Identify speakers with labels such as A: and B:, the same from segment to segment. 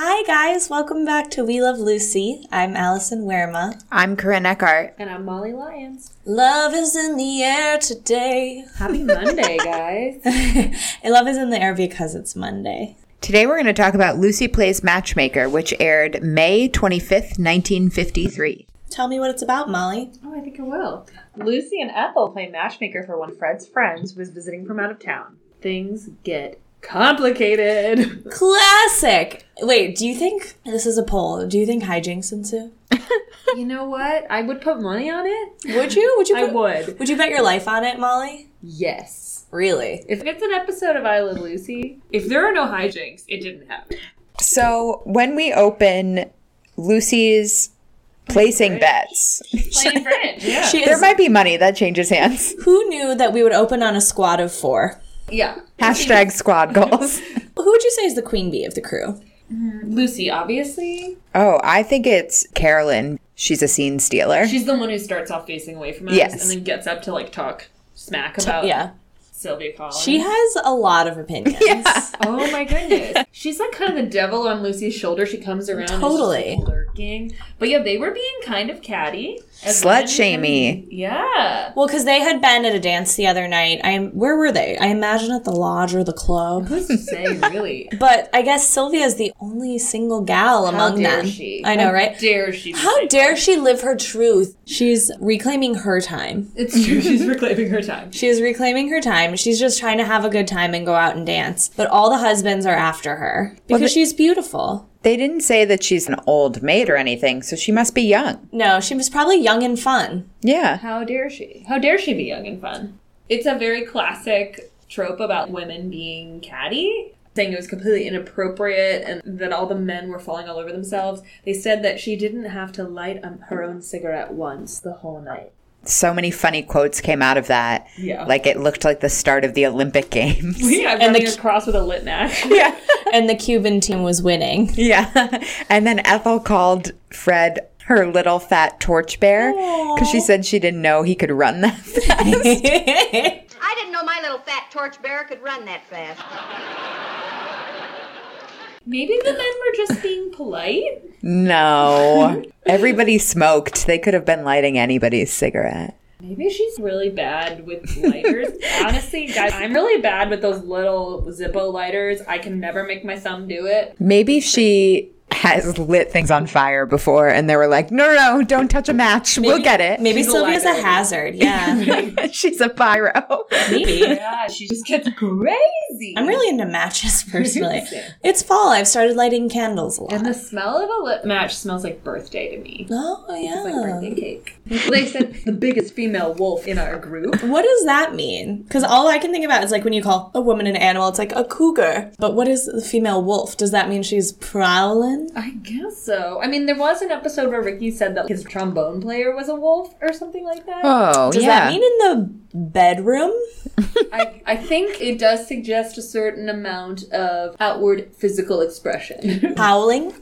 A: folks. Welcome back to We Love Lucy. I'm Allison Werma.
B: I'm Corinne Eckhart.
C: And I'm Molly Lyons.
A: Love is in the air today.
C: Happy Monday, guys.
A: Love is in the air because it's Monday.
B: Today we're going to talk about Lucy Plays Matchmaker, which aired May 25th, 1953.
A: Tell me what it's about, Molly.
C: Oh, I think I will. Lucy and Ethel play matchmaker for one of Fred's friends who is visiting from out of town. Things get complicated.
A: Classic. Wait, do you think this is a poll? Do you think hijinks ensue?
C: you know what? I would put money on it.
A: Would you? Would you?
C: I
A: put-
C: would.
A: Would you bet your life on it, Molly?
C: Yes.
A: Really?
C: If it's an episode of I Love Lucy, if there are no hijinks, it didn't happen.
B: So when we open Lucy's placing bets,
C: Plain French. Yeah.
A: She
B: there
A: is.
B: might be money that changes hands.
A: Who knew that we would open on a squad of four?
C: yeah.
B: Hashtag squad goals.
A: Who would you say is the queen bee of the crew?
C: Lucy, obviously.
B: Oh, I think it's Carolyn. She's a scene stealer.
C: She's the one who starts off facing away from us
B: Yes.
C: and then gets up to like talk smack about
A: Yeah.
C: Sylvia Collins.
A: She has a lot of opinions.
C: Oh my goodness. She's like kind of the devil on Lucy's shoulder. She comes around and she's
A: Totally.
C: just lurking. But yeah, they were being kind of catty. as
B: Slut
C: women
B: shamey.
C: can be. Yeah.
A: Well, because they had been at a dance the other night. I am. Where were they? I imagine at the lodge or the club.
C: Who's to say really?
A: But I guess Sylvia is the only single gal
C: How
A: among
C: dare
A: them.
C: she?
A: I know,
C: How
A: right?
C: Dare she? be
A: How
C: single?
A: dare she live her truth? She's reclaiming her time.
C: It's true. She's reclaiming her time.
A: She is reclaiming her time. She's just trying to have a good time and go out and dance. But all the husbands are after her because she's beautiful.
B: They didn't say that she's an old maid or anything, so she must be young.
A: No, she was probably young and fun.
B: Yeah.
C: How dare she? How dare she be young and fun? It's a very classic trope about women being catty, saying it was completely inappropriate and that all the men were falling all over themselves. They said that she didn't have to light um, her own cigarette once the whole night.
B: So many funny quotes came out of that.
C: Yeah.
B: Like it looked like the start of the Olympic Games.
C: Yeah,
A: And
C: and
A: the
C: running across with a lit match.
B: yeah.
A: And the Cuban team was winning.
B: Yeah. And then Ethel called Fred her little fat torch bear because she said she didn't know he could run that fast.
D: I didn't know my little fat torch bearer could run that fast.
C: Maybe the men were just being polite.
B: no. Everybody smoked. They could have been lighting anybody's cigarette.
C: Maybe she's really bad with lighters. Honestly, guys, I'm really bad with those little Zippo lighters. I can never make my thumb do it.
B: Maybe she has lit things on fire before and they were like, no, no, no don't touch a match. we'll get it.
A: Maybe
C: She's a
A: Sylvia's a
C: liability.
A: hazard. Yeah.
B: She's a pyro.
A: Maybe.
C: Yeah, she just gets crazy.
A: I'm really into matches personally. it's fall. I've started lighting candles a lot.
C: And the smell of a lit match smells like birthday to me.
A: oh,
C: Like
A: yeah.
C: birthday cake. They said the biggest female wolf in our group.
A: What does that mean? Because all I can think about is like when you call a woman an animal, it's like a cougar. But what is the female wolf? Does that mean she's prowling?
C: I guess so. I mean, there was an episode where Ricky said that his trombone player was a wolf or something like that.
B: Oh,
A: Does
B: yeah.
A: that mean in the bedroom?
C: I, I think it does suggest a certain amount of outward physical expression.
A: Howling?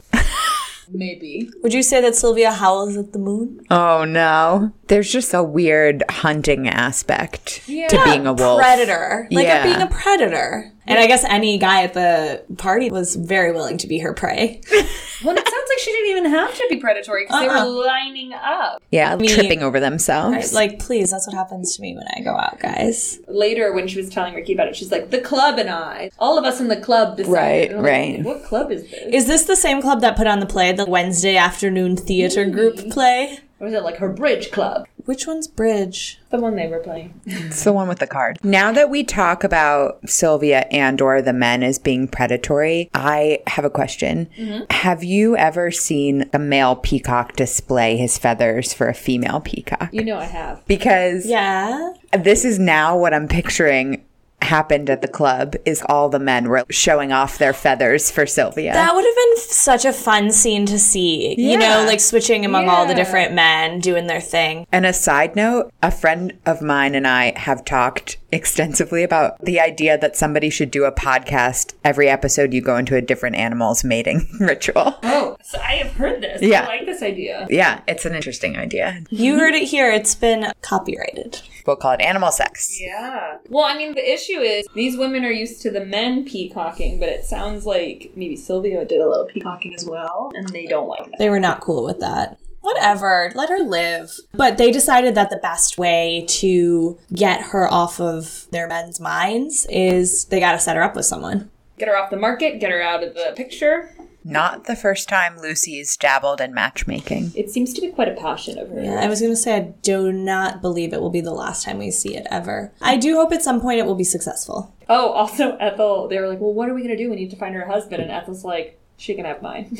C: Maybe.
A: Would you say that Sylvia howls at the moon?
B: oh, no. There's just a weird hunting aspect to being a wolf.
A: Predator. Like
B: Yeah.
A: at being a predator. And I guess any guy at the party was very willing to be her prey.
C: Well, it sounds like she didn't even have to be predatory because they
A: Uh-uh.
C: were lining up.
B: Yeah, tripping over themselves.
A: Like, please, that's what happens to me when I go out, guys.
C: Later, when she was telling Ricky about it, she's like, "The club and I, all of us in the club." Decided.
B: Right,
C: And I'm
B: right.
C: Like, what club is this?
A: Is this the same club that put on the play, the Wednesday afternoon theater group play?
C: Or is it like her bridge club?
A: Hmm. Which one's Bridge?
C: The one they were playing.
B: It's the one with the card. Now that we talk about Sylvia and or the men as being predatory, I have a question. Have you ever seen a male peacock display his feathers for a female peacock?
C: You know I have.
B: Because
A: Yeah.
B: this is now what I'm picturing happened at the club is all the men were showing off their feathers for Sylvia.
A: That would have been f- such a fun scene to see. You know,
B: Yeah.
A: like switching among all the
C: Yeah.
A: different men doing their thing.
B: And a side note, a friend of mine and I have talked extensively about the idea that somebody should do a podcast. Every episode, you go into a different animal's mating ritual.
C: Oh, so I have heard this.
B: Yeah.
C: I like this idea.
B: Yeah, it's an interesting idea.
A: Mm-hmm. You heard it here. It's been copyrighted.
B: We'll call it animal sex.
C: Yeah. Well, I mean, the issue issue is these women are used to the men peacocking, but it sounds like maybe Silvio did a little peacocking as well, and they don't like that.
A: They were not cool with that. Whatever, let her live. But they decided that the best way to get her off of their men's minds is they gotta set her up with someone.
C: Get her off the market, get her out of the picture.
B: Not the first time Lucy's dabbled in matchmaking.
C: It seems to be quite a passion of hers.
A: Yeah, I was gonna say I do not believe it will be the last time we see it ever. I do hope at some point it will be successful.
C: Oh, also Ethel, they were like, well, what are we going to do? We need to find her a husband. And Ethel's like, she can have mine.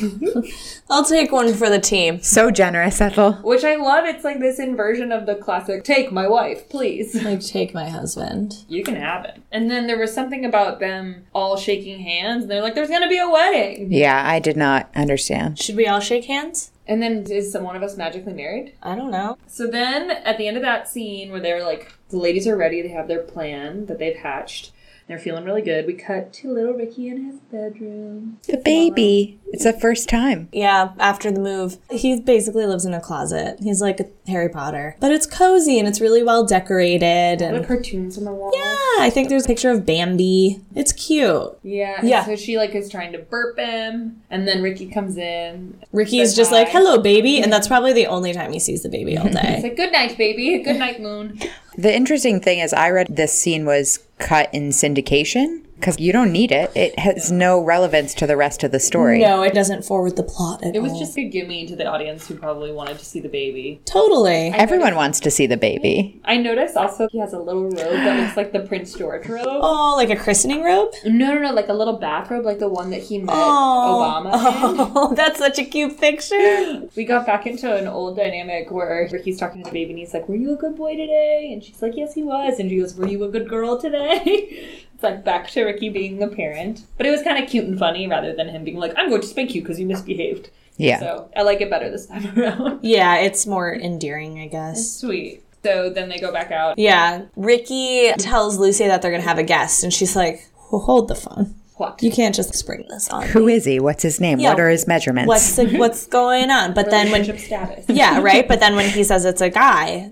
A: I'll take one for the team.
B: So generous, Ethel.
C: Which I love. It's like this inversion of the classic, take my wife, please.
A: Like take my husband.
C: You can have it. And then there was something about them all shaking hands, and they're like, there's going to be a wedding.
B: Yeah, I did not understand.
A: Should we all shake hands?
C: And then is some one of us magically married?
A: I don't know.
C: So then at the end of that scene where they're like, the ladies are ready, they have their plan that they've hatched. They're feeling really good. We cut to little Ricky in his bedroom.
B: The baby. It's the first time.
A: Yeah, after the move, he basically lives in a closet. He's like Harry Potter, but it's cozy and it's really well decorated.
C: The
A: And
C: cartoons on the wall.
A: yeah, I think there's a picture of Bambi. It's cute.
C: Yeah. and
A: Yeah.
C: So she like is trying to burp him, and then Ricky comes in.
A: Ricky's
C: Says
A: just
C: hi.
A: like, "Hello, baby," and that's probably the only time he sees the baby all
C: It's
A: day.
C: like, "Good night, baby. Good night, moon."
B: The interesting thing is, I read this scene was cut in syndication because you don't need it. It has no relevance to the rest of the story.
A: no, it doesn't forward the plot at
C: It was
A: all.
C: just a gimme to the audience who probably wanted to see the baby.
A: totally.
B: Everyone wants to see the baby.
C: I noticed also he has a little robe that looks like the Prince George robe.
A: Oh, like a christening robe?
C: No, no, no, like a little back robe, like the one that he met Obama. in.
A: Oh, that's such a cute picture.
C: We got back into an old dynamic where Ricky's talking to the baby and he's like, Were you a good boy today? And she's like, Yes, he was. And she goes, Were you a good girl today? it's like back to Ricky being the parent. But it was kind of cute and funny rather than him being like, I'm going to spank you because you misbehaved.
B: Yeah.
C: So I like it better this time around.
A: Yeah, it's more endearing, I guess.
C: Sweet. So then they go back out.
A: Yeah, Ricky tells Lucy that they're gonna have a guest, and she's like, "Well, "Hold the phone.
C: What?
A: You can't just spring this on."
B: Who is he? What's his name?
A: Yeah.
B: What are his measurements?
A: What's the, what's going on? But then when
C: Relationship status.
A: yeah, right. But then when he says it's a guy,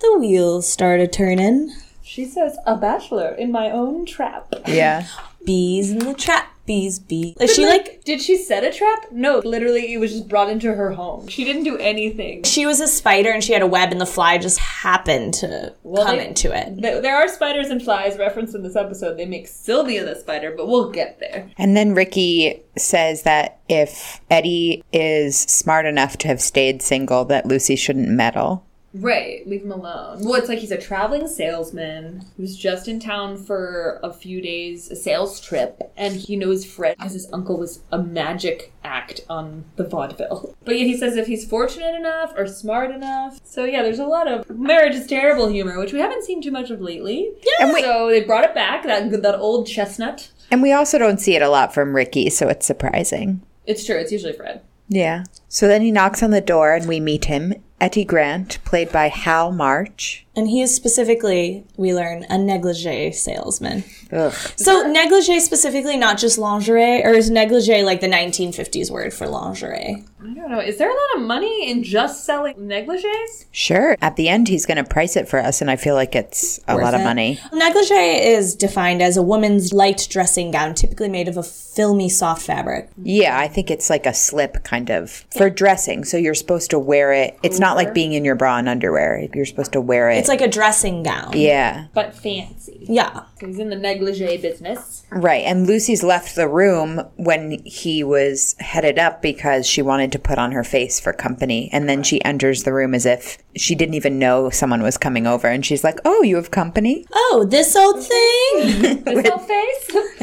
A: the wheels start a turning.
C: She says, A bachelor in my own trap.
B: yeah.
A: Bees in the trap. Bees, bees. Is she like
C: Did she set a trap? No, literally, it was just brought into her home. She didn't do anything.
A: she was a spider and she had a web and the fly just happened to come
C: they-
A: into it.
C: Th- There are spiders and flies referenced in this episode. They make Sylvia the spider, but we'll get there.
B: And then Ricky says that if Eddie is smart enough to have stayed single, that Lucy shouldn't meddle.
C: Right, leave him alone. Well, it's like he's a traveling salesman who's just in town for a few days, a sales trip, and he knows Fred because his uncle was a magic act on the vaudeville. But yeah, he says if he's fortunate enough or smart enough. So yeah, there's a lot of marriage is terrible humor, which we haven't seen too much of lately. Yeah,
B: And we-
C: so they brought it back that that old chestnut.
B: And we also don't see it a lot from Ricky, so it's surprising.
C: It's true. It's usually Fred.
B: Yeah. So then he knocks on the door and we meet him, Etty Grant, played by Hal March.
A: And he is specifically, we learn, a negligee salesman.
B: Ugh.
A: So negligee specifically, not just lingerie, or is negligee like the 1950s word for lingerie?
C: I don't know. Is there a lot of money in just selling negligees?
B: Sure. At the end, he's going to price it for us, and I feel like it's a lot of
A: it.
B: money.
A: Negligee is defined as a woman's light dressing gown, typically made of a filmy soft fabric.
B: Yeah, I think it's like a slip kind of for dressing. So you're supposed to wear it. It's not like being in your bra and underwear. You're supposed to wear it.
A: It's like a dressing gown.
B: yeah.
C: But fancy.
A: Yeah.
C: He's in the negligee business.
B: Right. And Lucy's left the room when he was headed up because she wanted to put on her face for company. And then she enters the room as if she didn't even know someone was coming over. And she's like, Oh, you have company?
A: Oh, this old thing?
C: This little face.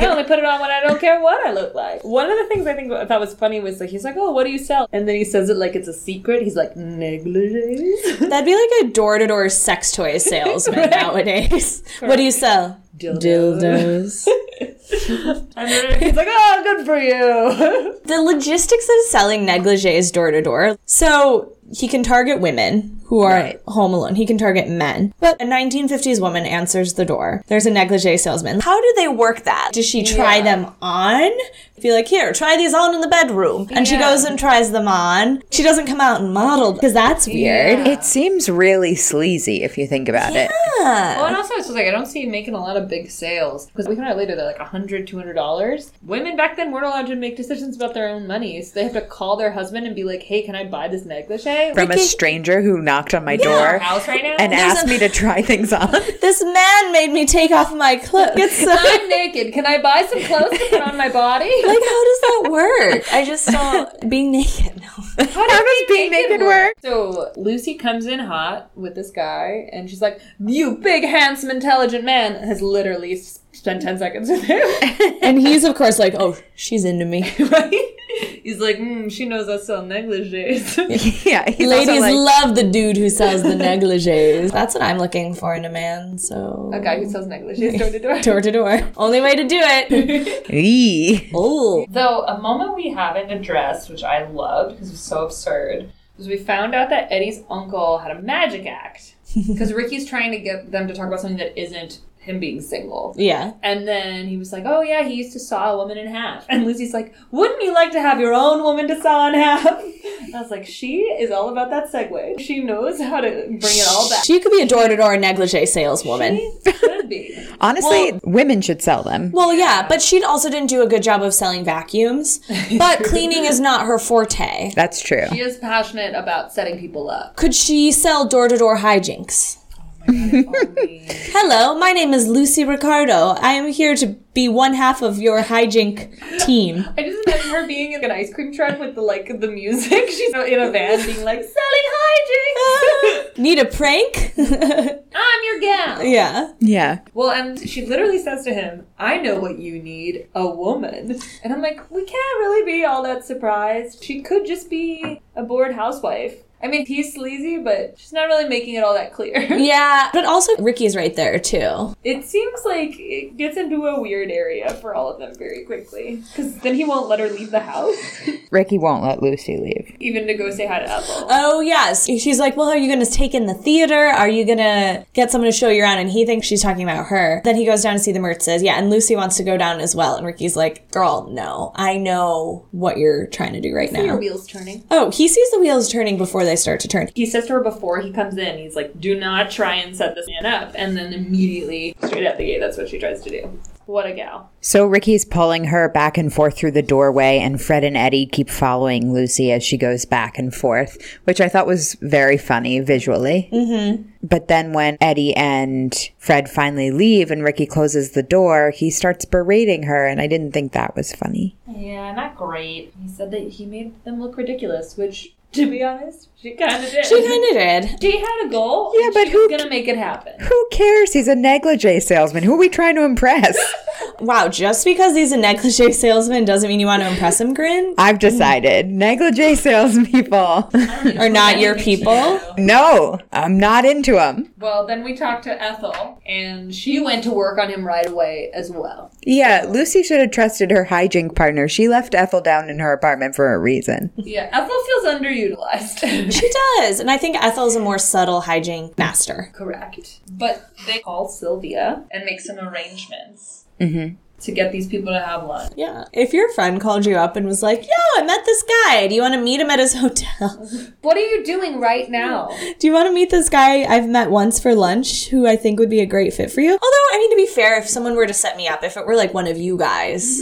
C: I only put it on when I don't care what I look like. One of the things I think I thought was funny was like he's like, "Oh, what do you sell?" And then he says it like it's a secret. He's like negligees,
A: That'd be like a door to door sex toy salesman nowadays. What do you sell? Dildos.
C: And then he's like, "Oh, good for you."
A: the logistics of selling negligees door to door. So he can target women who are
B: Right.
A: home alone. He can target men. But a 1950s woman answers the door. There's a negligee salesman. How do they work that? Does she try them on? Be like, here, try these on in the bedroom. And she
C: Yeah.
A: goes and tries them on. She doesn't come out and model because that's weird.
B: It seems really sleazy if you think about it.
A: Ah,
C: Well, Oh, and also it's just like I don't see him making a lot of big sales because we found out later they're like $100, $200. Women back then weren't allowed to make decisions about their own money, so they have to call their husband and be like, "Hey, can I buy this negligee?"
B: From a stranger who knocked on my door
C: house right now.
B: and asked me to try things on.
A: This man made me take off my clothes. It's so- like,
C: I'm naked. Can I buy some clothes to put on my body?
A: how does that work? I just don't. Being naked. No.
C: How does
B: being naked work?
C: So Lucy comes in hot with this guy, and she's like, "You big, handsome, intelligent man." Has literally s- spent ten seconds with him.
A: And he's, of course, like, oh, she's into me.
C: right? He's like, mm, "She knows I sell negligees."
B: yeah. he's also
A: Ladies
B: like-
A: love the dude who sells the negligees. That's what I'm looking for in a man. So
C: A guy who sells negligees door to door.
A: door to door, only way to do it.
B: Eee.
A: Oh,
C: Though a moment we haven't addressed, which I loved because it was so absurd, was we found out that Eddie's uncle had a magic act because Ricky's trying to get them to talk about something that isn't him being single.
A: yeah.
C: And then he was like, "Oh yeah, he used to saw a woman in half." And Lucy's like, "Wouldn't you like to have your own woman to saw in half?" And I was like, "She is all about that segue. She knows how to bring it all back."
A: She could be a door to door negligee saleswoman.
C: She should be.
B: Honestly, women should sell them.
A: Well, yeah, but she also didn't do a good job of selling vacuums. But cleaning is not her forte.
B: That's true.
C: She is passionate about setting people up.
A: Could she sell door to door hijinks?
C: Oh Only-
A: Hello, my name is Lucy Ricardo. I am here to be one half of your hijink team.
C: I just imagine her being in an ice cream truck with the like the music. She's in a van being like selling hijinks.
A: Need a prank?
C: I'm your gal.
A: yeah.
B: Yeah.
C: Well, and she literally says to him, "I know what you need, a woman." And I'm like, we can't really be all that surprised. She could just be a bored housewife. I mean, he's sleazy, but she's not really making it all that clear.
A: Yeah, but also Ricky's right there too.
C: It seems like it gets into a weird area for all of them very quickly. Because then he won't let her leave the house,
B: Ricky won't let Lucy leave.
C: even to go say hi to Ethel.
A: Oh yes, she's like, "Well, are you going to take in the theater? Are you going to get someone to show you around?" And he thinks she's talking about her. Then he goes down to see the Mertzes. Yeah, and Lucy wants to go down as well. And Ricky's like, "Girl, no. I know what you're trying to do right
C: Your
A: now."
C: wheels turning.
A: Oh, he sees the wheels turning before they start to turn.
C: he says to her before he comes in, he's like, do not try and set this man up. And then immediately, straight out the gate, that's what she tries to do. What a gal.
B: So Ricky's pulling her back and forth through the doorway, and Fred and Eddie keep following Lucy as she goes back and forth, which I thought was very funny visually. Mm-hmm. But then when Eddie and Fred finally leave and Ricky closes the door, he starts berating her, and I didn't think that was funny.
C: Yeah, not great. He said that he made them look ridiculous, which, to be honest, she kind of did.
A: She kind of did.
C: She had a goal.
B: Yeah,
C: and
B: but
C: she
B: who-
C: was gonna make it happen?
B: Who cares? He's a negligee salesman. Who are we trying to impress?
A: Wow, just because he's a negligee salesman doesn't mean you want to impress him, Grin,
B: I've decided negligee salespeople.
A: or not your people.
B: no, I'm not into them.
C: Well, then we talked to Ethel, and she went to work on him right away as well.
B: Yeah, Lucy should have trusted her hijink partner. She left Ethel down in her apartment for a reason.
C: Yeah, Ethel feels underutilized.
A: She does, and I think Ethel's a more subtle hijink master.
C: Correct. But they call Sylvia and make some arrangements to get these people to have lunch.
A: Yeah. If your friend called you up and was like, yo, I met this guy. Do you want to meet him at his hotel?
C: What are you doing right now?
A: Do you want to meet this guy I've met once for lunch who I think would be a great fit for you? Although, I mean, to be fair, if someone were to set me up, if it were like one of you guys,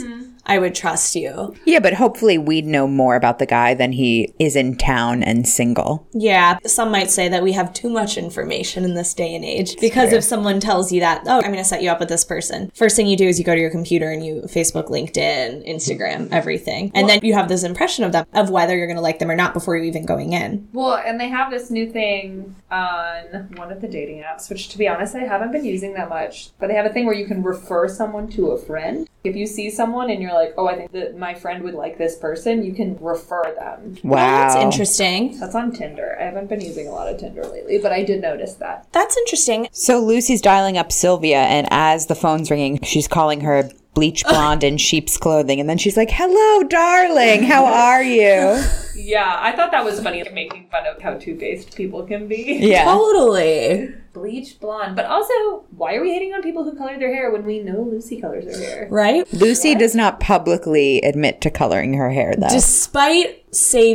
A: I would trust you.
B: Yeah, but hopefully we'd know more about the guy than he is in town and single.
A: Yeah. Some might say that we have too much information in this day and age because if someone tells you that, oh, I'm going to set you up with this person, first thing you do is you go to your computer and you Facebook, LinkedIn, Instagram, everything. And then you have this impression of them, of whether you're going to like them or not before you even going in.
C: Well, and they have this new thing on one of the dating apps, which to be honest, I haven't been using that much. But they have a thing where you can refer someone to a friend. If you see someone and you're like, oh, I think that my friend would like this person, you can refer them.
B: Wow.
A: That's interesting.
C: That's on Tinder. I haven't been using a lot of Tinder lately, but I did notice that.
A: That's interesting.
B: So Lucy's dialing up Sylvia, and as the phone's ringing, she's calling her bleach blonde in sheep's clothing. And then she's like, hello, darling, how are you?
C: Yeah, I thought that was funny, like, making fun of how two faced people can be.
B: Yeah.
A: Totally.
C: Bleached blonde. But also, why are we hating on people who color their hair when we know Lucy colors her hair?
A: Right?
B: Lucy does not publicly admit to coloring her hair, though.
A: Despite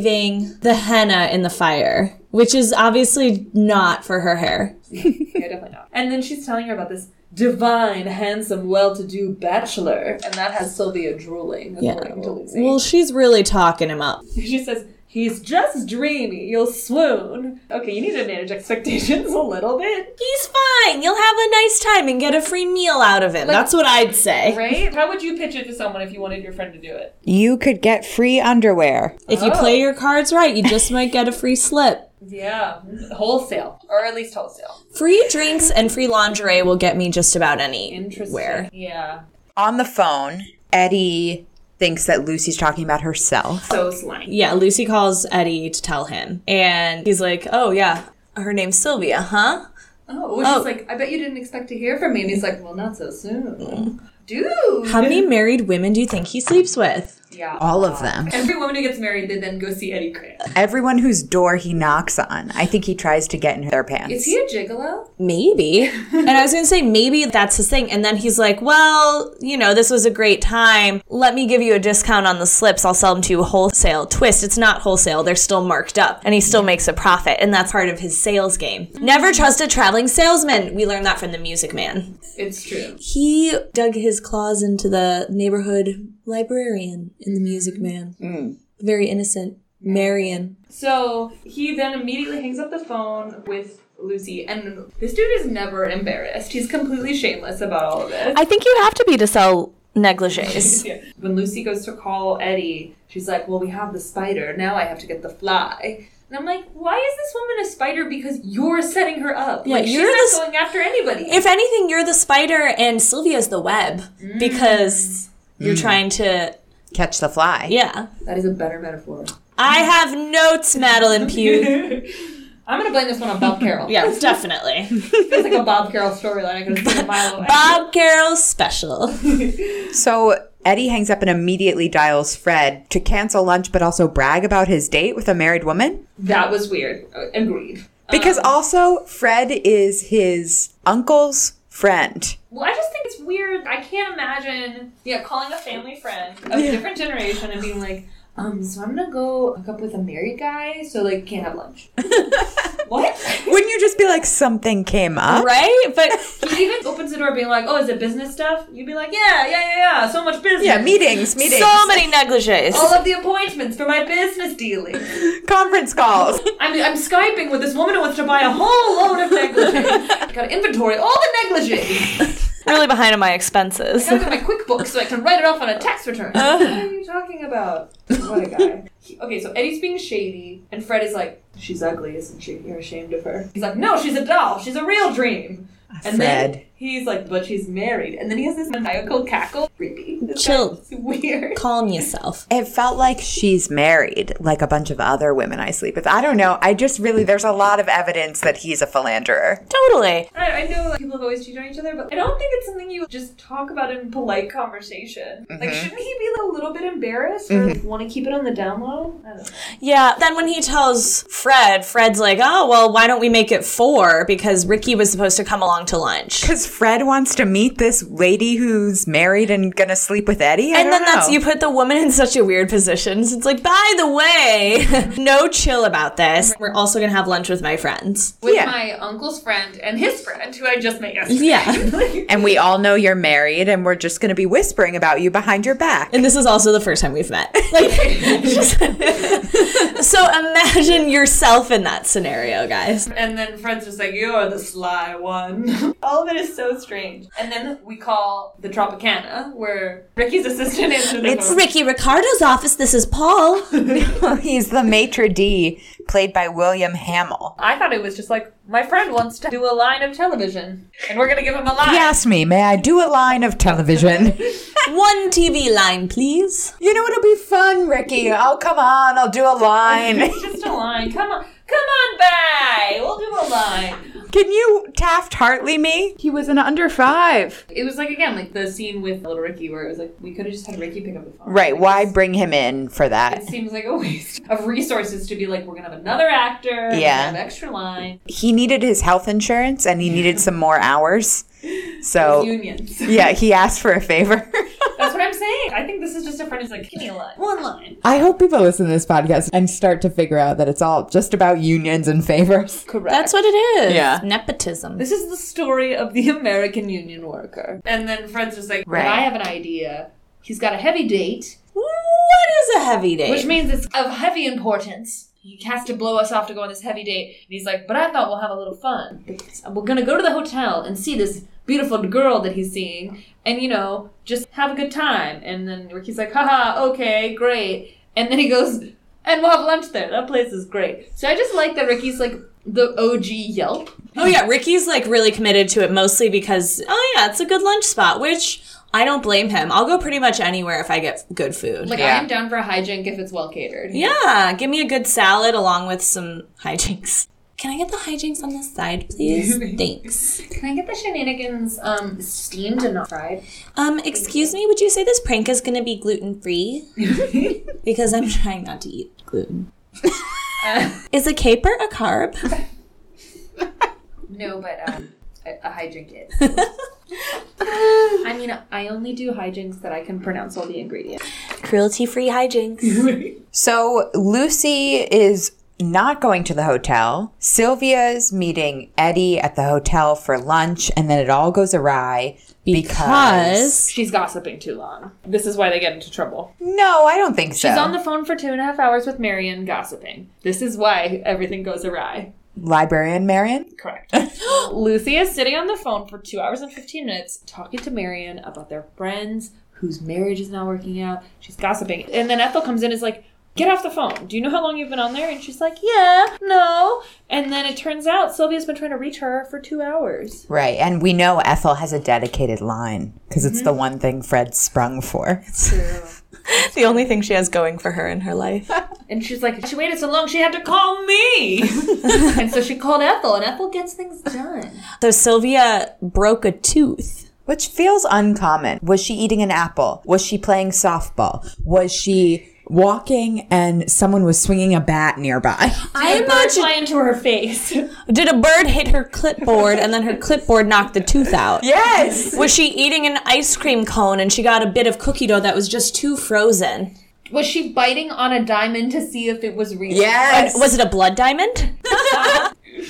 A: saving the henna in the fire, which is obviously not for her hair.
C: Yeah, definitely not. And then she's telling her about this divine, handsome, well to do bachelor, and that has Sylvia drooling, according to Lucy.
A: Well, she's really talking him up.
C: She says, He's just dreamy, you'll swoon. Okay, you need to manage expectations a little bit,
A: He's fine. You'll have a nice time and get a free meal out of him. That's what I'd say.
C: right? How would you pitch it to someone if you wanted your friend to do it?
B: you could get free underwear.
A: If you play your cards right, you just might get a free slip.
C: Yeah, wholesale, or at least wholesale.
A: Free drinks and free lingerie will get me just about any.
C: Interesting.
A: Where?
C: Yeah.
B: On the phone, Eddie thinks that Lucy's talking about herself.
C: So slimy.
A: Yeah, Lucy calls Eddie to tell him. And he's like, oh, yeah, her name's Sylvia, huh?
C: Oh, well, she's like, I bet you didn't expect to hear from me. And he's like, Well, not so soon. Dude.
A: How many married women do you think he sleeps with?
C: Yeah.
B: All of them.
C: Every woman who gets married, they then go see Eddie Grant.
B: Everyone whose door he knocks on, I think he tries to get in their pants.
C: Is he a gigolo?
A: Maybe. And I was going to say, maybe that's his thing. And then he's like, well, you know, this was a great time. Let me give you a discount on the slips. I'll sell them to you wholesale. Twist, it's not wholesale. They're still marked up. And he still makes a profit. And that's part of his sales game. Never trust a traveling salesman. We learned that from the music man.
C: It's true.
A: He dug his claws into the neighborhood librarian in the music man. Very innocent. Marion.
C: So he then immediately hangs up the phone with Lucy, and this dude is never embarrassed. He's completely shameless about all of this.
A: I think you have to be to sell negligees.
C: Yeah. When Lucy goes to call Eddie, she's like, Well, we have the spider. Now I have to get the fly. And I'm like, Why is this woman a spider? Because you're setting her up. like,
A: you're the
C: she's
A: s-
C: not going after anybody.
A: if anything, you're the spider and Sylvia's the web
C: Mm.
A: because you're trying to.
B: Catch the fly.
A: Yeah.
C: that is a better metaphor.
A: I have notes, Madeline Pugh.
C: I'm going to blame this one on Bob Carroll.
A: yes, definitely.
C: It's like a Bob Carroll storyline. I could have seen a mile away.
A: Bob Carroll's special.
B: So Eddie hangs up and immediately dials Fred to cancel lunch, but also brag about his date with a married woman.
C: That was weird. Uh, Agreed.
B: Because
C: Uh.
B: also, Fred is his uncle's friend.
C: Well, I just think it's weird. I can't imagine, yeah, calling a family friend of a different generation and being like, um, so I'm gonna go hook up with a married guy, so like can't have lunch. what?
B: Wouldn't you just be like, something came up?
A: Right? But
C: He even opens the door being like, oh, is it business stuff? You'd be like, yeah, yeah, yeah, yeah, so much business.
B: Yeah, meetings, meetings,
A: so many negligees.
C: All of the appointments for my business dealing.
B: conference calls.
C: I'm, I'm Skyping with this woman who wants to buy a whole load of negligee. Gotta inventory all the negligee.
A: Really behind on my expenses.
C: Gotta get my QuickBooks so I can write it off on a tax return. what are you talking about? What a guy. He- okay, so Eddie's being shady, and Fred is like, she's ugly, isn't she? You're ashamed of her. He's like, no, she's a doll. She's a real dream. And
B: Fred.
C: then he's like, but she's married. And then he has this maniacal cackle. Creepy. This
A: Chill.
C: guy is weird.
A: Calm yourself.
B: It felt like she's married, like a bunch of other women I sleep with. I don't know. I just really, there's a lot of evidence that he's a philanderer.
A: Totally.
C: I, I know like, people always cheat on each other, but I don't think it's something you just talk about in polite conversation. Like, shouldn't he be like, a little bit embarrassed or want to keep it on the down low? I don't know.
A: Yeah. Then when he tells Fred, Fred's like, oh, well, why don't we make it four? Because Ricky was supposed to come along to lunch.
B: Because Fred wants to meet this lady who's married and gonna sleep with Eddie. I
A: And
B: don't
A: then that's
B: know.
A: you put the woman in such a weird position. It's like, by the way, no chill about this. We're also gonna have lunch with my friends.
C: with
B: Yeah.
C: my uncle's friend and his friend who I just met yesterday.
A: Yeah.
B: And we all know you're married, and we're just gonna be whispering about you behind your back.
A: And this is also the first time we've met. Like, just- so imagine yourself in that scenario, guys.
C: And then Fred's just like, you're the sly one. All of it is so strange. And then we call the Tropicana, where Ricky's assistant answered the phone.
A: Ricky Ricardo's office. This is Paul.
B: He's the maitre d, played by William Hamill.
C: I thought it was just like, my friend wants to do a line of television, and we're gonna give him a line.
B: He asked me, "May I do a line of television?"
A: One TV line, please.
B: you know it'll be fun, Ricky. Oh come on, I'll do a line.
C: It's just a line. Come on, come on by. We'll do a line.
B: Can you Taft Hartley me? He was an under five.
C: It was like again, like the scene with Little Ricky, where it was like we could have just had Ricky pick up the phone.
B: Right.
C: Like,
B: Why
C: it's-
B: bring him in for that?
C: It seems like a waste of resources to be like, we're gonna have another actor. we're
B: Yeah.
C: gonna have extra line.
B: He needed his health insurance and he needed some more hours. So,
C: Unions.
B: yeah, he asked for a favor.
C: That's what I'm saying. I think this is just a friend who's like, give me a line, one line.
B: I hope people listen to this podcast and start to figure out that it's all just about unions and favors.
C: Correct.
A: That's what it is.
B: Yeah.
A: Nepotism.
C: This is the story of the American union worker. And then Fred's just like,
B: Right.
C: right. I have an idea. He's got a heavy date,
A: What is a heavy date?
C: which means it's of heavy importance. He has to blow us off to go on this heavy date. And he's like, but I thought we'll have a little fun. We're going to go to the hotel and see this beautiful girl that he's seeing and, you know, just have a good time. And then Ricky's like, haha, okay, great. And then he goes, and we'll have lunch there. That place is great. So I just like that Ricky's like the OG Yelp.
A: oh yeah, Ricky's like really committed to it mostly because oh yeah, it's a good lunch spot, which I don't blame him. I'll go pretty much anywhere if I get good food.
C: Like,
B: Yeah.
C: I am down for a hijink if it's well catered.
A: yeah, give me a good salad along with some hijinks. Can I get the hijinks on the side, please? Thanks.
C: Can I get the shenanigans um, steamed and not fried?
A: Um, excuse me, would you say this prank is going to be gluten free? because I'm trying not to eat gluten. is a caper a carb?
C: No, but um, a, a hijink it. I mean, I only do hijinks that I can pronounce all the ingredients.
A: Cruelty free hijinks.
B: So Lucy is not going to the hotel. Sylvia's meeting Eddie at the hotel for lunch, and then it all goes awry because,
C: She's gossiping too long. This is why they get into trouble.
B: no, I don't think so.
C: She's on the phone for two and a half hours with Marion gossiping. This is why everything goes awry.
B: librarian Marion.
C: Correct. Lucy is sitting on the phone for two hours and 15 minutes talking to Marion about their friends whose marriage is not working out. She's gossiping. And then Ethel comes in and is like, Get off the phone. Do you know how long you've been on there? And she's like, Yeah, no. And then it turns out Sylvia's been trying to reach her for two hours.
B: Right, and we know Ethel has a dedicated line because it's the one thing Fred sprung for.
A: the only thing she has going for her in her life.
C: And she's like, She waited so long, she had to call me. and so she called Ethel, and Ethel gets things done.
A: So Sylvia broke a tooth.
B: Which feels uncommon. Was she eating an apple? Was she playing softball? Was she walking and someone was swinging a bat nearby?
A: I
C: Bird fly into her face.
A: Did a bird hit her clipboard and then her clipboard knocked the tooth out?
B: Yes!
A: Was she eating an ice cream cone and she got a bit of cookie dough that was just too frozen?
C: Was she biting on a diamond to see if it was real?
B: Yes!
A: Was it a blood diamond?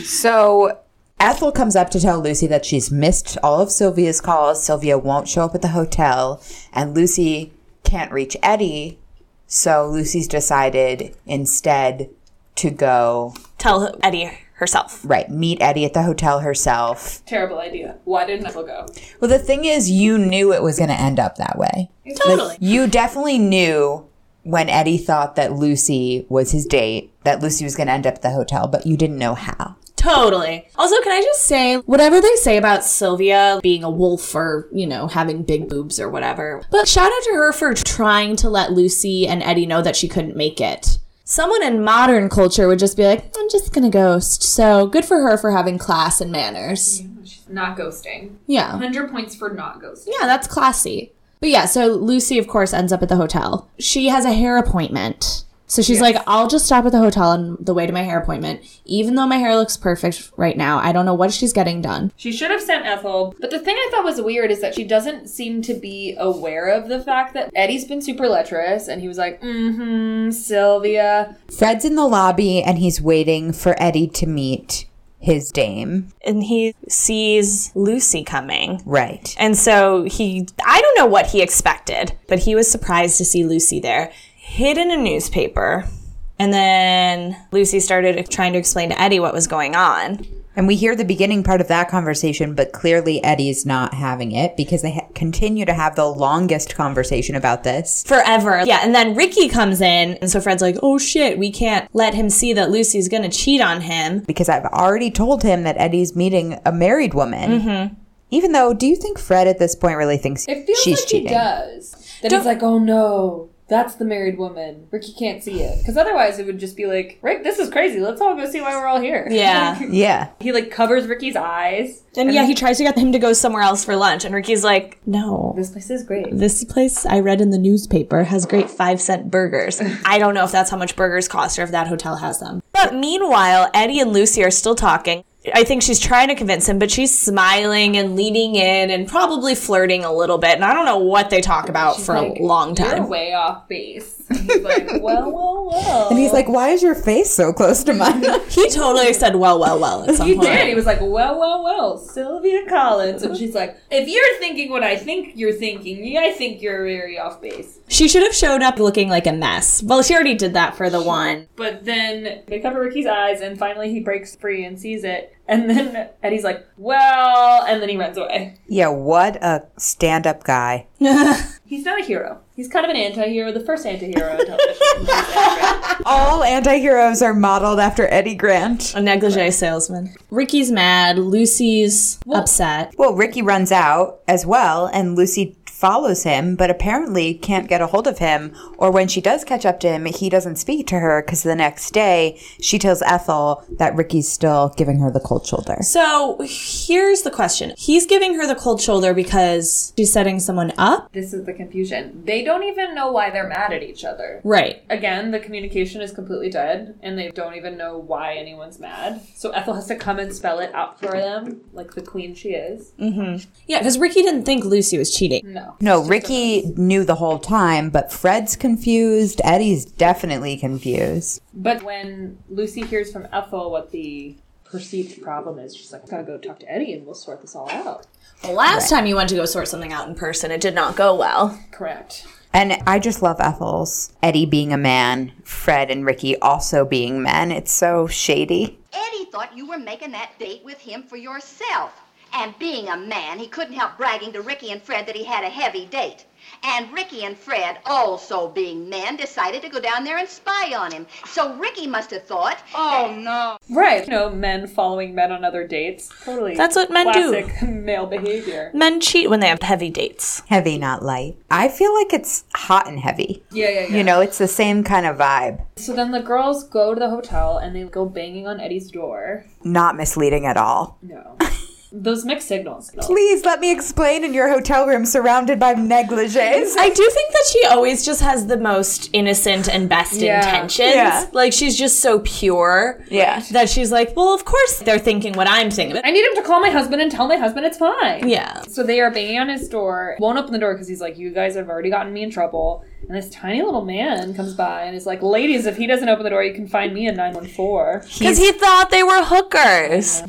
B: So Ethel comes up to tell Lucy that she's missed all of Sylvia's calls. Sylvia won't show up at the hotel, and Lucy can't reach Eddie. So Lucy's decided instead to go,
A: Tell Eddie herself.
B: right, meet Eddie at the hotel herself.
C: Terrible idea. Why didn't Ethel go?
B: Well, the thing is, you knew it was going to end up that way.
A: Totally.
B: You definitely knew when Eddie thought that Lucy was his date, that Lucy was going to end up at the hotel, but you didn't know how.
A: Totally. Also, can I just say, whatever they say about Sylvia being a wolf or, you know, having big boobs or whatever, but shout out to her for trying to let Lucy and Eddie know that she couldn't make it. Someone in modern culture would just be like, I'm just gonna ghost. So good for her for having class and manners.
C: Not ghosting.
A: Yeah.
C: 100 points for not ghosting.
A: Yeah, that's classy. But yeah, so Lucy, of course, ends up at the hotel. She has a hair appointment. So she's like, I'll just stop at the hotel on the way to my hair appointment, even though my hair looks perfect right now. I don't know what she's getting done.
C: She should have sent Ethel. But the thing I thought was weird is that she doesn't seem to be aware of the fact that Eddie's been super lecherous and he was like, mm hmm, Sylvia.
B: Fred's in the lobby and he's waiting for Eddie to meet his dame.
A: And he sees Lucy coming.
B: Right.
A: And so he, I don't know what he expected, but he was surprised to see Lucy there, hid in a newspaper. And then Lucy started trying to explain to Eddie what was going on.
B: And we hear the beginning part of that conversation, but clearly Eddie's not having it because they ha- continue to have the longest conversation about this.
A: forever. Yeah, and then Ricky comes in, and so Fred's like, "Oh shit, we can't let him see that Lucy's gonna cheat on him."
B: Because I've already told him that Eddie's meeting a married woman. Even though, do you think Fred at this point really thinks
C: Mm-hmm. It feels
B: she's
C: like
B: cheating?
C: he does. That he's like, oh no. That's the married woman. Ricky can't see it because otherwise it would just be like, Rick, this is crazy. Let's all go see why we're all here.
A: Yeah.
B: Yeah.
C: He like covers Ricky's eyes.
A: And yeah, he tries to get him to go somewhere else for lunch, and Ricky's like, no.
C: This place is great.
A: This place I read in the newspaper has great five cent burgers. I don't know if that's how much burgers cost or if that hotel has them. But meanwhile, Eddie and Lucy are still talking. I think she's trying to convince him, but she's smiling and leaning in and probably flirting a little bit. And I don't know what they talk about for
C: like,
A: a long
C: You're
A: time.
C: way off base. And He's like, well, well, well.
B: And he's like, why is your face so close to mine?
A: He totally said, well, well, well at some
C: He
A: point.
C: did. He was like, well, well, well, Sylvia Collins. And she's like, if you're thinking what I think you're thinking, yeah, I think you're very off base.
A: She should have shown up looking like a mess. Well, she already did that for the one.
C: But then they cover Ricky's eyes, and finally he breaks free and sees it. And then Eddie's like, well, and then he runs away.
B: yeah, what a stand up guy.
C: He's not a hero. He's kind of an anti hero, the first anti hero on television.
B: All anti heroes are modeled after Eddie Grant.
A: A negligee salesman. Ricky's mad. Lucy's upset.
B: Well, Ricky runs out as well, and Lucy follows him, but apparently can't get a hold of him. Or when she does catch up to him, he doesn't speak to her because the next day she tells Ethel that Ricky's still giving her the cold shoulder.
A: So here's the question. He's giving her the cold shoulder because she's setting someone up.
C: this is the confusion. They don't even know why they're mad at each other.
A: Right.
C: Again, the communication is completely dead, and they don't even know why anyone's mad. So Ethel has to come and spell it out for them, like the queen she is.
A: Yeah, because Ricky didn't think Lucy was cheating.
C: No.
B: No, Ricky knew the whole time, but Fred's confused. Eddie's definitely confused.
C: But when Lucy hears from Ethel what the perceived problem is, she's like, gotta go talk to Eddie and we'll sort this all out.
A: The last time you went to go sort something out in person, it did not go well.
C: Correct.
B: And I just love Ethel's. Eddie being a man, Fred and Ricky also being men. It's so shady.
D: Eddie thought you were making that date with him for yourself. And being a man, he couldn't help bragging to Ricky and Fred that he had a heavy date. And Ricky and Fred, also being men, decided to go down there and spy on him. So Ricky must have thought, oh no.
C: Right. You know, men following men on other dates. Totally.
A: That's what men do.
C: classic male behavior.
A: Men cheat when they have heavy dates.
B: Heavy, not light. I feel like it's hot and heavy.
C: Yeah, yeah, yeah.
B: You know, it's the same kind of vibe.
C: So then the girls go to the hotel and they go banging on Eddie's door.
B: Not misleading at all.
C: No. Those mixed signals.
B: Please let me explain in your hotel room surrounded by negligees.
A: I do think that she always just has the most innocent and best
C: Yeah.
A: intentions.
B: Yeah.
A: Like she's just so pure.
B: Yeah.
A: That she's like, well, of course they're thinking what I'm thinking.
C: I need him to call my husband and tell my husband it's fine.
A: Yeah.
C: So they are banging on his door, won't open the door because he's like, You guys have already gotten me in trouble. And this tiny little man comes by and is like, Ladies, if he doesn't open the door, you can find me in 914.
A: Because he thought they were hookers.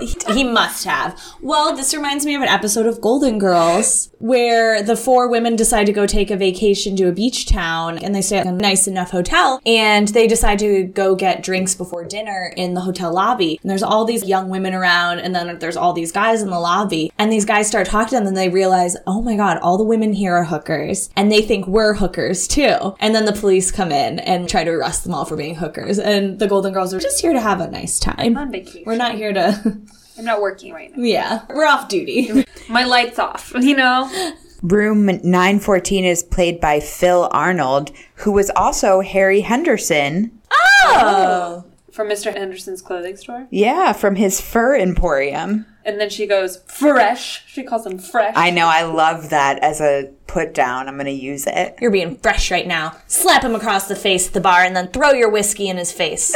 A: he, he must have. Well, this reminds me of an episode of Golden Girls where the four women decide to go take a vacation to a beach town and they stay at a nice enough hotel and they decide to go get drinks before dinner in the hotel lobby. And there's all these young women around and then there's all these guys in the lobby and these guys start talking to them and they realize, oh my God, all the women here are hookers and they think we're hookers too. And then the police come in and try to arrest them all for being hookers. And the Golden Girls are just here to have a nice time.
C: On vacation.
A: We're not here to.
C: I'm not working right now.
A: Yeah, we're off duty.
C: My light's off, you know?
B: Room 914 is played by Phil Arnold, who was also Harry Henderson.
A: Oh,
C: From Mr. Henderson's clothing store.
B: Yeah, from his fur emporium.
C: And then she goes, Fresh. She calls him Fresh.
B: I know, I love that as a put down. I'm going to use it.
A: you're being fresh right now. Slap him across the face at the bar and then throw your whiskey in his face.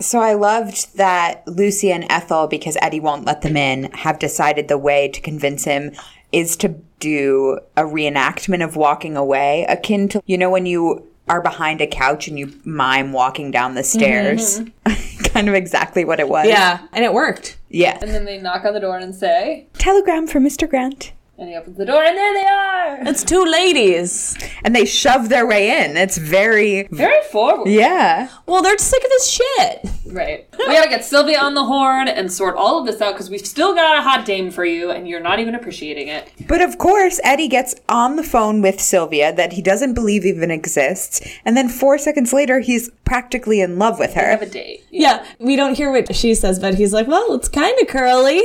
B: So I loved that Lucy and Ethel, because Eddie won't let them in, have decided the way to convince him is to do a reenactment of walking away, akin to, you know, when you are behind a couch and you mime walking down the stairs. kind of exactly what it was.
A: yeah, and it worked.
B: Yeah.
C: And then they knock on the door and say,
B: Telegram for Mr. Grant.
C: and he opens the door, and there they are.
A: It's two ladies.
B: And they shove their way in. It's very.
C: Very forward.
B: Yeah.
A: Well, they're sick of this shit.
C: Right. We gotta get Sylvia on the horn and sort all of this out because we've still got a hot dame for you and you're not even appreciating it.
B: But of course, Eddie gets on the phone with Sylvia that he doesn't believe even exists. And then four seconds later, he's practically in love with
C: Have a
B: her.
C: date.
A: Yeah, we don't hear what she says, but he's like, well, it's kind of curly.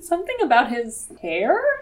C: Something about his hair?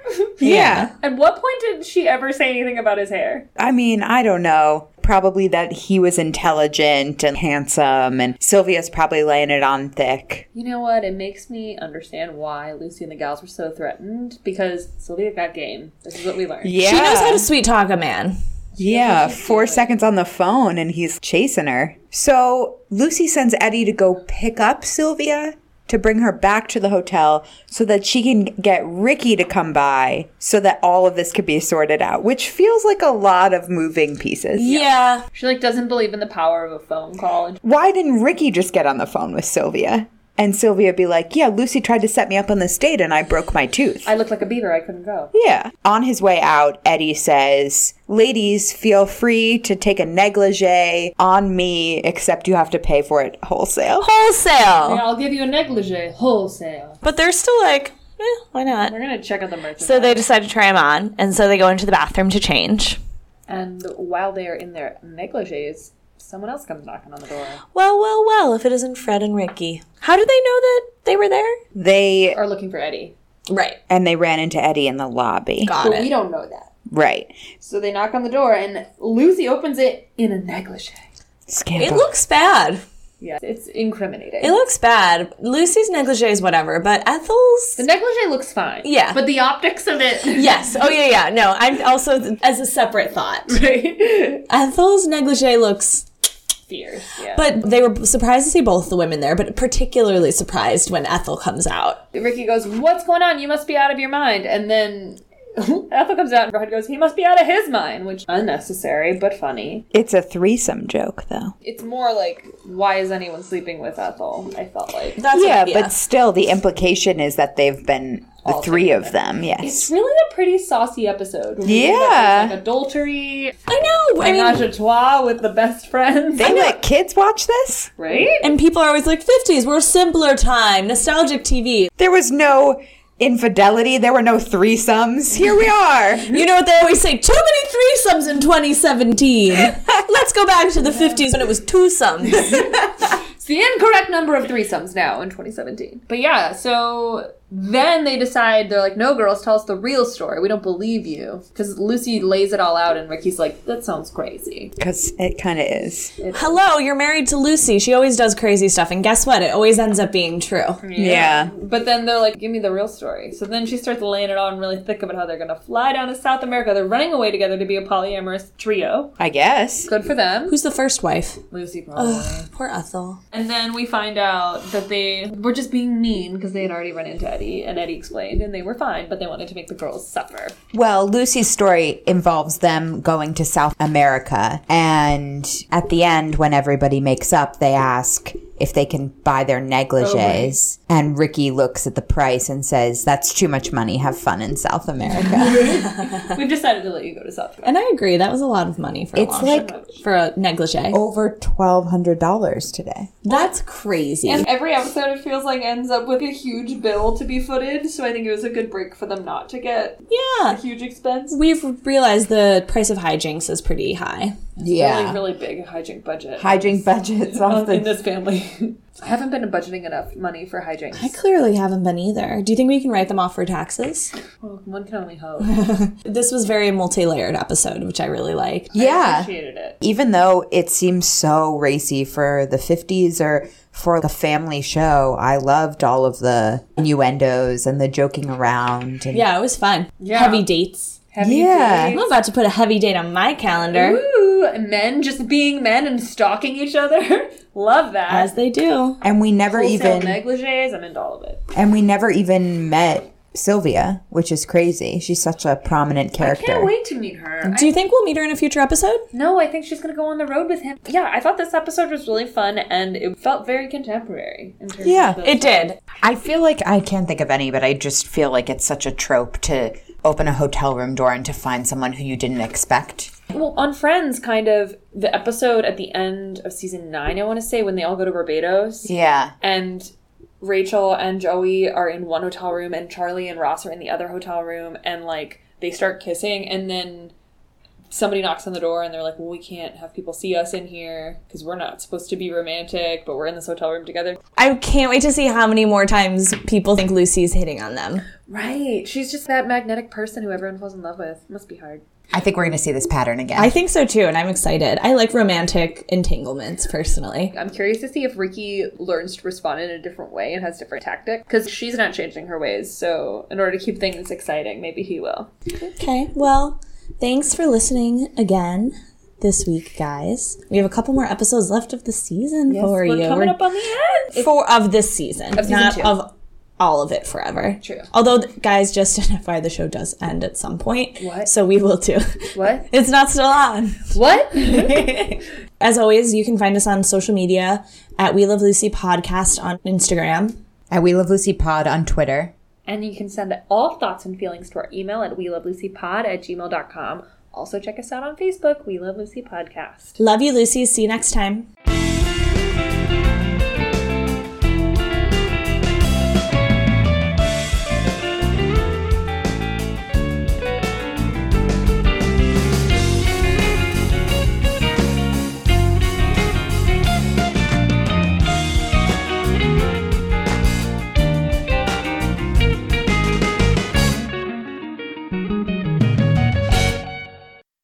B: Yeah.
C: At what point did she ever say anything about his hair?
B: I mean, I don't know. probably that he was intelligent and handsome, and Sylvia's probably laying it on thick.
C: You know what? It makes me understand why Lucy and the gals were so threatened because Sylvia got game. This is what we learned.
B: Yeah.
A: She knows how to sweet talk a man.
B: Yeah, four seconds on the phone and he's chasing her. So Lucy sends Eddie to go pick up Sylvia to bring her back to the hotel so that she can get Ricky to come by so that all of this could be sorted out, which feels like a lot of moving pieces.
A: Yeah.
C: She like doesn't believe in the power of a phone call. And
B: Why didn't Ricky just get on the phone with Sylvia? And Sylvia be like, Yeah, Lucy tried to set me up on this date and I broke my tooth.
C: I looked like a beaver. I couldn't go.
B: Yeah. On his way out, Eddie says, Ladies, feel free to take a negligee on me, except you have to pay for it wholesale.
A: Wholesale.
C: I'll give you a negligee wholesale.
A: But they're still like, eh, why not?
C: We're gonna check out the merchandise.
A: So they decide to try him on, and so they go into the bathroom to change.
C: and while they are in their negligees, someone else comes knocking on the door
A: Well, well, well, if it isn't Fred and Ricky. How did they know that they were there?
B: They
C: or looking for Eddie.
A: Right.
B: and they ran into Eddie in the lobby.
A: Got
C: But we
A: it.
C: don't know that.
B: Right.
C: So they knock on the door and Lucy opens it in a negligee.
A: It
B: Scandal.
A: looks bad.
C: Yeah, it's incriminating.
A: It looks bad. Lucy's negligee is whatever, but Ethel's.
C: the negligee looks fine.
A: Yeah.
C: But the optics of it.
A: Yes. Oh, yeah, yeah. No, I'm also, as a separate thought, Ethel's negligee looks
C: Fierce. Yeah.
A: But they were surprised to see both the women there, but particularly surprised when Ethel comes out.
C: Ricky goes, What's going on? You must be out of your mind. And then Ethel comes out and Rod goes, He must be out of his mind, which unnecessary but funny.
B: it's a threesome joke, though.
C: It's more like, Why is anyone sleeping with Ethel? I felt like.
A: That's
B: yeah,
A: what,
B: but still, the implication is that they've been the three of them.
C: It's
B: Yes.
C: really a pretty saucy episode.
B: Yeah.
C: Like adultery,
A: I know. I
C: menage
A: mean,
C: a trois with the best friends.
B: They let kids watch this?
C: right?
A: and people are always like, "50s were a simpler time, nostalgic TV."
B: There was no infidelity. There were no threesomes. Here we are.
A: You know what they always say? Too many threesomes in 2017. Let's go back to the 50s when it was twosomes.
C: It's the incorrect number of threesomes now in 2017. But yeah, so then they decide, they're like, no, girls, tell us the real story. We don't believe you. Because Lucy lays it all out, and Ricky's like, that sounds crazy.
B: Because it kind of is.
A: Hello, you're married to Lucy. She always does crazy stuff, and guess what? It always ends up being true.
B: Yeah.
C: But then they're like, give me the real story. So then she starts laying it on really thick about how they're going to fly down to South America. They're running away together to be a polyamorous trio.
B: I guess.
C: Good for them.
A: Who's the first wife?
C: Lucy, probably.
A: Poor Ethel.
C: And then we find out that they were just being mean because they had already run into Eddie, and Eddie explained, and they were fine, but they wanted to make the girls suffer.
B: Well, Lucy's story involves them going to South America. And at the end, when everybody makes up, they ask if they can buy their
C: Oh,
B: negligees. And Ricky looks at the price and says, That's too much money. Have fun in South America.
C: We've decided to let you go to South America.
A: And I agree, that was a lot of money for
B: It's
A: a long
B: like-
A: shot. for a negligee.
B: Over $1,200 today.
A: Oh, That's crazy.
C: And every episode, it feels like ends up with a huge bill to be footed. So I think it was a good break for them not to get
A: yeah.
C: a huge expense.
A: We've realized the price of hijinks is pretty high.
B: Yeah.
C: Really, really big hijink budget
B: Hijink budgets off
C: in
B: the.
C: this family. I haven't been budgeting enough money for hijinks.
A: I clearly haven't been either. Do you think we can write them off for taxes?
C: Well, one can only hope.
A: This was very multi-layered episode, which I really liked.
B: Yeah.
C: Appreciated it.
B: even though it seems so racy for the 50s or for the family show, I loved all of the innuendos and the joking around. And
A: Yeah, it was fun.
C: Yeah.
A: Heavy dates.
C: Heavy
B: Yeah.
A: I'm
C: days.
A: about to put a heavy date on my calendar,
C: Ooh, men just being men and stalking each other. Love that.
A: as they do.
B: And we never
C: Wholesale
B: even
C: negligees. I'm into all of it.
B: and we never even met Sylvia, which is crazy. She's such a prominent character.
C: Can't wait to meet her.
A: Do you think we'll meet her in a future episode?
C: No, I think she's gonna go on the road with him. Yeah, I thought this episode was really fun and it felt very contemporary in terms
B: Yeah.
C: of the-
A: It did.
B: I feel like I can't think of any, but I just feel like it's such a trope to open a hotel room door and to find someone who you didn't expect.
C: well on Friends kind of the episode at the end of season nine, I wanna say, when they all go to Barbados
B: Yeah.
C: and Rachel and Joey are in one hotel room and Charlie and Ross are in the other hotel room and like they start kissing and then somebody knocks on the door and they're like, Well, we can't have people see us in here because we're not supposed to be romantic, but we're in this hotel room together.
A: I can't wait to see how many more times people think Lucy's hitting on them.
C: Right. She's just that magnetic person who everyone falls in love with. Must be hard.
B: I think we're going to see this pattern again.
A: I think so too, and I'm excited. I like romantic entanglements personally.
C: I'm curious to see if Ricky learns to respond in a different way and has different tactic because she's not changing her ways. So, in order to keep things exciting, maybe he will.
A: Okay, well, thanks for listening again this week, guys. We have a couple more episodes left of the season for
C: We're
A: Oh, you.
C: coming
A: We're-
C: up on the end.
A: for of this season,
C: season
A: not
C: two.
A: of all of it forever.
C: True.
A: Although, th- guys, just an FYI, the show does end at some point.
C: What?
A: So we will too.
C: What?
A: It's not still on.
C: What?
A: As always, you can find us on social media at We Love Lucy Podcast on Instagram.
B: At We Love Lucy Pod on Twitter.
C: and you can send all thoughts and feelings to our email at we love lucy pod at gmail.com. Also, check us out on Facebook, We Love Lucy Podcast.
A: Love you, Lucy. See you next time.